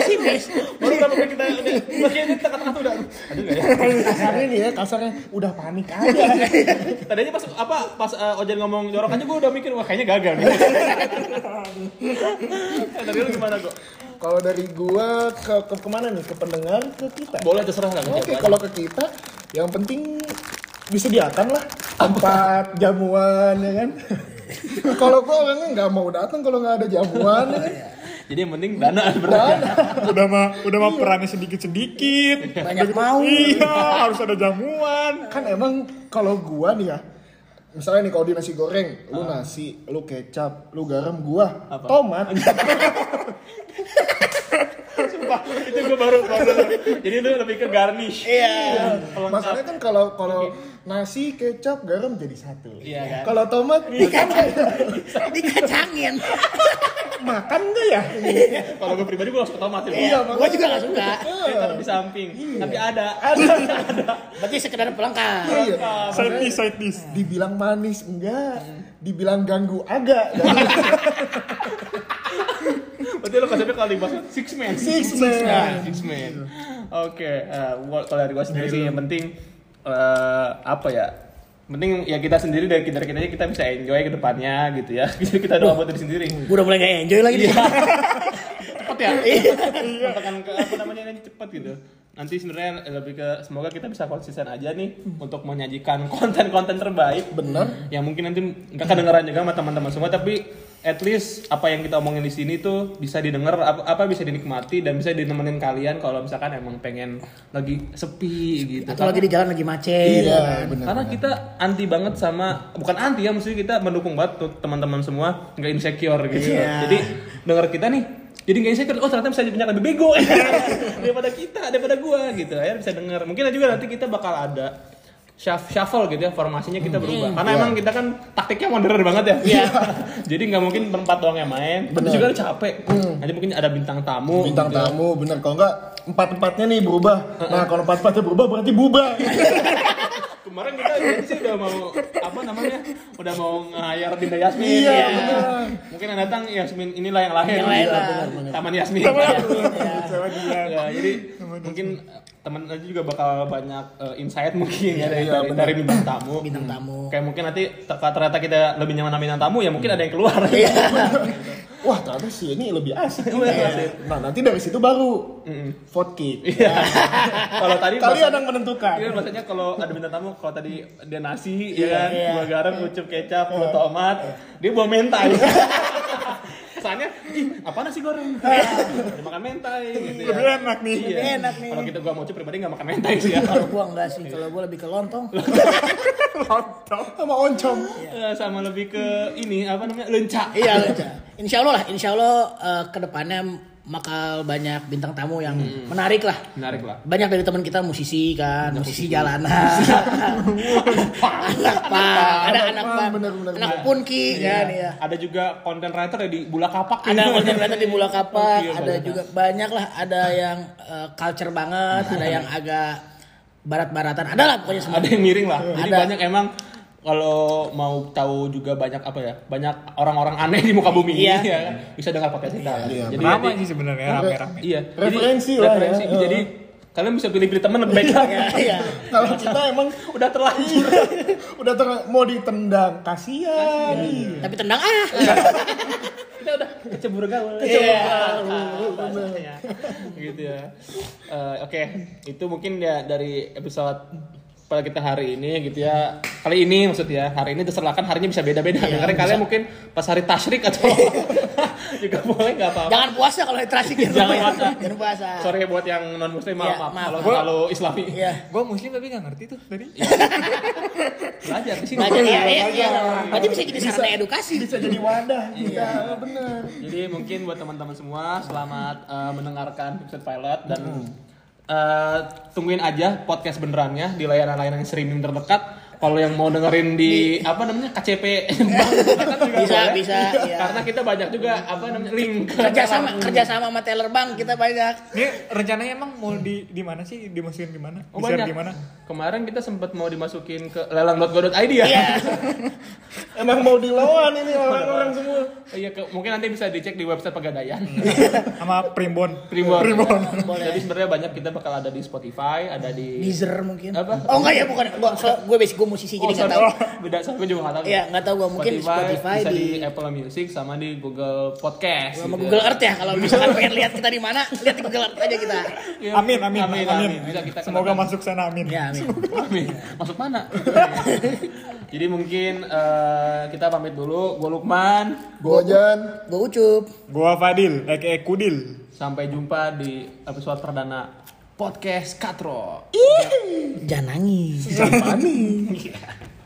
Speaker 4: Simis.
Speaker 1: Baru berapa kali kita udah bagiannya tengah-tengah tuh udah. Aduh enggak ya.
Speaker 2: Kasarnya nih ya, kasarnya udah panik aja.
Speaker 1: Tadinya pas apa pas eh, Ojan ngomong jorok aja gue udah mikir wah kayaknya gagal nih. Eh, Dari lu gimana kok?
Speaker 2: Kalau dari gua ke, ke kemana nih? Ke pendengar, ke kita.
Speaker 1: Boleh terserah lah.
Speaker 2: Oke, kalau ke kita, yang penting disediakan lah tempat jamuan ya kan. kalau gua orangnya nggak mau datang kalau nggak ada jamuan ya kan.
Speaker 1: Jadi yang penting dana
Speaker 2: Dan
Speaker 1: berarti.
Speaker 3: udah mah udah mah perannya sedikit sedikit
Speaker 4: Banyak mau.
Speaker 3: iya harus ada jamuan
Speaker 2: kan emang kalau gua nih ya, misalnya nih kalau di nasi goreng, lu nasi, lu kecap, lu garam, gua
Speaker 1: Apa?
Speaker 2: tomat.
Speaker 1: Itu gue baru baru. Jadi lu lebih ke garnish.
Speaker 4: Iya.
Speaker 2: Masalahnya kan kalau kalau nasi, kecap, garam jadi satu.
Speaker 1: Iya kan?
Speaker 2: Kalau tomat
Speaker 4: Dikacangin.
Speaker 2: makan nggak ya?
Speaker 1: Kalau gue pribadi gue harus ke tomat sih.
Speaker 2: Iya,
Speaker 4: Gue juga gak suka.
Speaker 1: Eh, Taruh di samping. Tapi ada.
Speaker 4: Berarti sekedar pelengkap.
Speaker 2: Iya.
Speaker 3: side piece side piece
Speaker 2: Dibilang manis enggak, dibilang ganggu agak.
Speaker 1: Berarti lo konsepnya kalau dibahas six man.
Speaker 2: Six man.
Speaker 1: Ah,
Speaker 4: nah. Iya.
Speaker 1: six man. Oke, eh, gua- kalau dari gua sendiri sih yang penting eh, apa ya? Penting ya kita sendiri dari kita kita aja kita bisa enjoy ke depannya gitu ya. Jadi kita doa buat diri sendiri.
Speaker 4: Gue udah mulai gak enjoy lagi. nih. Iya.
Speaker 1: Cepet ya? Katakan ke apa namanya ini cepet gitu. Nanti sebenarnya lebih ke semoga kita bisa konsisten aja nih untuk menyajikan konten-konten terbaik
Speaker 2: Bener.
Speaker 1: yang mungkin nanti nggak kedengeran juga sama teman-teman semua tapi at least apa yang kita omongin di sini tuh bisa didengar apa, apa bisa dinikmati dan bisa ditemenin kalian kalau misalkan emang pengen lagi sepi gitu
Speaker 4: Atau lagi di jalan lagi macet.
Speaker 2: Iya, bener.
Speaker 1: karena kita anti banget sama bukan anti ya maksudnya kita mendukung banget tuh teman-teman semua nggak insecure gitu
Speaker 4: Iya.
Speaker 1: jadi denger kita nih jadi nggak insecure oh ternyata bisa banyak lebih bego daripada kita daripada gua gitu akhirnya bisa denger mungkin juga nanti kita bakal ada shuff- shuffle gitu ya formasinya kita
Speaker 2: Hmm.
Speaker 1: berubah karena
Speaker 2: Iya.
Speaker 1: emang kita kan taktiknya modern banget ya jadi nggak mungkin berempat doang yang main tapi juga capek nanti mungkin ada bintang tamu
Speaker 2: Hmm. bintang
Speaker 1: gitu.
Speaker 2: tamu bener kalau enggak empat empatnya nih berubah nah kalau empat empatnya berubah berarti bubar
Speaker 1: kemarin kita jadi sih udah mau apa namanya udah mau ngayar Dinda Yasmin
Speaker 2: Iya,
Speaker 1: ya.
Speaker 2: bener.
Speaker 1: mungkin yang datang Yasmin inilah yang lahir
Speaker 4: Yang lain
Speaker 1: Iya,
Speaker 4: lah.
Speaker 1: bener, bener. Taman Yasmin Iya.
Speaker 3: Kecewa gila.
Speaker 1: ya, jadi mungkin eh, teman aja juga bakal banyak eh, insight mungkin ya dari,
Speaker 2: Iya,
Speaker 1: dari,
Speaker 2: bener.
Speaker 1: dari bintang tamu Hmm.
Speaker 4: bintang tamu
Speaker 1: kayak mungkin nanti te- ternyata kita lebih nyaman sama bintang tamu ya mungkin ada yang keluar
Speaker 2: wah ternyata sih ini lebih asik
Speaker 1: Iya, asik.
Speaker 2: nah nanti dari situ baru vote kick
Speaker 1: Iya. kalau tadi
Speaker 2: kalian
Speaker 1: bahasa-
Speaker 2: yang menentukan
Speaker 1: Iya, maksudnya kalau ada bintang tamu, kalau tadi dia nasi, ya kan,
Speaker 4: iya.
Speaker 1: buah garam, kucup kecap, buah tomat, dia buah mentai. Kesannya, ih, apa nasi goreng? Dia makan mentai, gitu ya.
Speaker 3: Lebih enak nih.
Speaker 1: Iya.
Speaker 4: Lebih Iya. enak nih. Iya.
Speaker 1: Kalau kita gua mau cup pribadi nggak makan mentai sih ya.
Speaker 4: kalau gua enggak sih kalau gua lebih ke lontong
Speaker 1: Iya.
Speaker 2: sama oncom
Speaker 1: Eh, Sama lebih ke ini apa namanya lenca.
Speaker 4: iya Leca. insya Allah lah insya Allah eh, kedepannya bakal banyak bintang tamu yang menarik lah
Speaker 1: Menarik lah.
Speaker 4: banyak dari teman kita musisi kan musisi jalanan anak pang ada anak
Speaker 2: punk,
Speaker 4: pang
Speaker 2: bener-bener.
Speaker 4: anak punki
Speaker 1: Iya.
Speaker 4: kan ya
Speaker 1: Ada juga konten writer ya di Bula Kapak.
Speaker 4: ada
Speaker 1: gitu.
Speaker 4: konten kreator di bola kapak,
Speaker 1: Iya,
Speaker 4: ada
Speaker 1: banyak.
Speaker 4: juga banyak lah, ada yang eh, culture banget, ada yang agak barat-baratan, ada lah pokoknya semua.
Speaker 1: ada yang miring lah. Jadi
Speaker 4: Ada.
Speaker 1: banyak emang kalau mau tahu juga banyak apa ya? Banyak orang-orang aneh di muka bumi
Speaker 4: Iya.
Speaker 1: ini ya kan? Bisa dengar pakai kita.
Speaker 2: Iya,
Speaker 1: Jadi
Speaker 3: Ramai
Speaker 1: nanti-
Speaker 3: sih sebenarnya rame-rame.
Speaker 1: iya. Jadi,
Speaker 2: Referensi lah ya. Iya.
Speaker 1: referensi.
Speaker 2: Heeh.
Speaker 1: Jadi kalian bisa pilih-pilih temen lebih baik lah.
Speaker 4: Iya.
Speaker 2: kalau kita emang
Speaker 1: Udah terlanjur.
Speaker 2: udah ter- mau ditendang kasihan iya.
Speaker 4: Tapi tendang ah.
Speaker 1: Kita udah kecebur gaul.
Speaker 4: Iya.
Speaker 1: Iya. gitu ya. Eh, Oke, itu mungkin ya dari episode pada kita hari ini gitu ya kali ini maksudnya hari ini terserah kan harinya bisa beda-beda
Speaker 4: Iya,
Speaker 1: karena kalian mungkin pas hari tasrik atau juga boleh nggak apa-apa
Speaker 4: Jangan puasa kalau literasi gitu.
Speaker 1: Jangan puasa.
Speaker 4: Jangan puasa.
Speaker 1: sorry buat yang non muslim maaf
Speaker 4: Iya,
Speaker 1: maaf
Speaker 4: maaf.
Speaker 1: kalau
Speaker 4: Gua-
Speaker 1: kalau islami
Speaker 4: Iya.
Speaker 3: Gue muslim tapi gak ngerti tuh tadi.
Speaker 1: Iya. belajar di sini
Speaker 4: Belajar ya, iya, iya. Berarti bisa jadi sarana edukasi.
Speaker 2: bisa jadi wadah kita
Speaker 3: Iya.
Speaker 2: bener
Speaker 1: jadi mungkin buat teman-teman semua selamat eh, mendengarkan episode pilot dan
Speaker 3: Hmm.
Speaker 1: eh, tungguin aja podcast benerannya di layanan-layanan streaming terdekat kalau yang mau dengerin di apa namanya KCP Bank, kita juga
Speaker 4: Bisa,
Speaker 1: boleh.
Speaker 4: bisa, iya.
Speaker 1: karena kita banyak juga apa namanya link ke-
Speaker 4: Kerja sama kerja sama sama Taylor Bank kita banyak.
Speaker 3: Ini rencananya emang mau di di mana sih? Dimasukin di mana?
Speaker 1: Oh,
Speaker 3: Di-share
Speaker 1: banyak.
Speaker 3: di mana?
Speaker 1: Kemarin kita sempat mau dimasukin ke lelang.go.id ya.
Speaker 4: Iya.
Speaker 2: emang mau dilawan ini orang-orang semua
Speaker 1: Iya, ke- mungkin nanti bisa dicek di website Pegadaian.
Speaker 3: Hmm. Sama Primbon.
Speaker 1: Primbon.
Speaker 4: Boleh.
Speaker 1: Jadi sebenarnya banyak kita bakal ada di Spotify, ada di
Speaker 4: Deezer mungkin.
Speaker 1: Apa?
Speaker 4: Oh enggak ya bukan. Gua so- gue basic gue musisi
Speaker 1: Oh,
Speaker 4: jadi enggak
Speaker 1: sorry.
Speaker 4: tahu.
Speaker 1: Beda saya juga nggak tahu.
Speaker 4: Iya, nggak tahu gua. Mungkin di Spotify,
Speaker 1: bisa di...
Speaker 4: di-
Speaker 1: Apple Music sama di Google Podcast.
Speaker 4: Sama
Speaker 1: gitu
Speaker 4: Google
Speaker 1: ya.
Speaker 4: Earth ya kalau misalkan pengen lihat kita di mana, lihat di Google Earth aja kita.
Speaker 1: Iya,
Speaker 3: Amin, amin,
Speaker 1: amin,
Speaker 3: amin.
Speaker 1: Bisa kita
Speaker 3: Semoga
Speaker 1: kenakan.
Speaker 3: masuk sana amin.
Speaker 1: Iya.
Speaker 4: Ya, amin.
Speaker 1: Amin. Masuk mana? Jadi mungkin eh, kita pamit dulu. Gue Lukman.
Speaker 2: gojan
Speaker 4: Gue ucup.
Speaker 3: Gua Fadil, aka Kudil.
Speaker 1: Sampai jumpa di episode perdana podcast Katro.
Speaker 4: Jangan nangis.
Speaker 2: Japani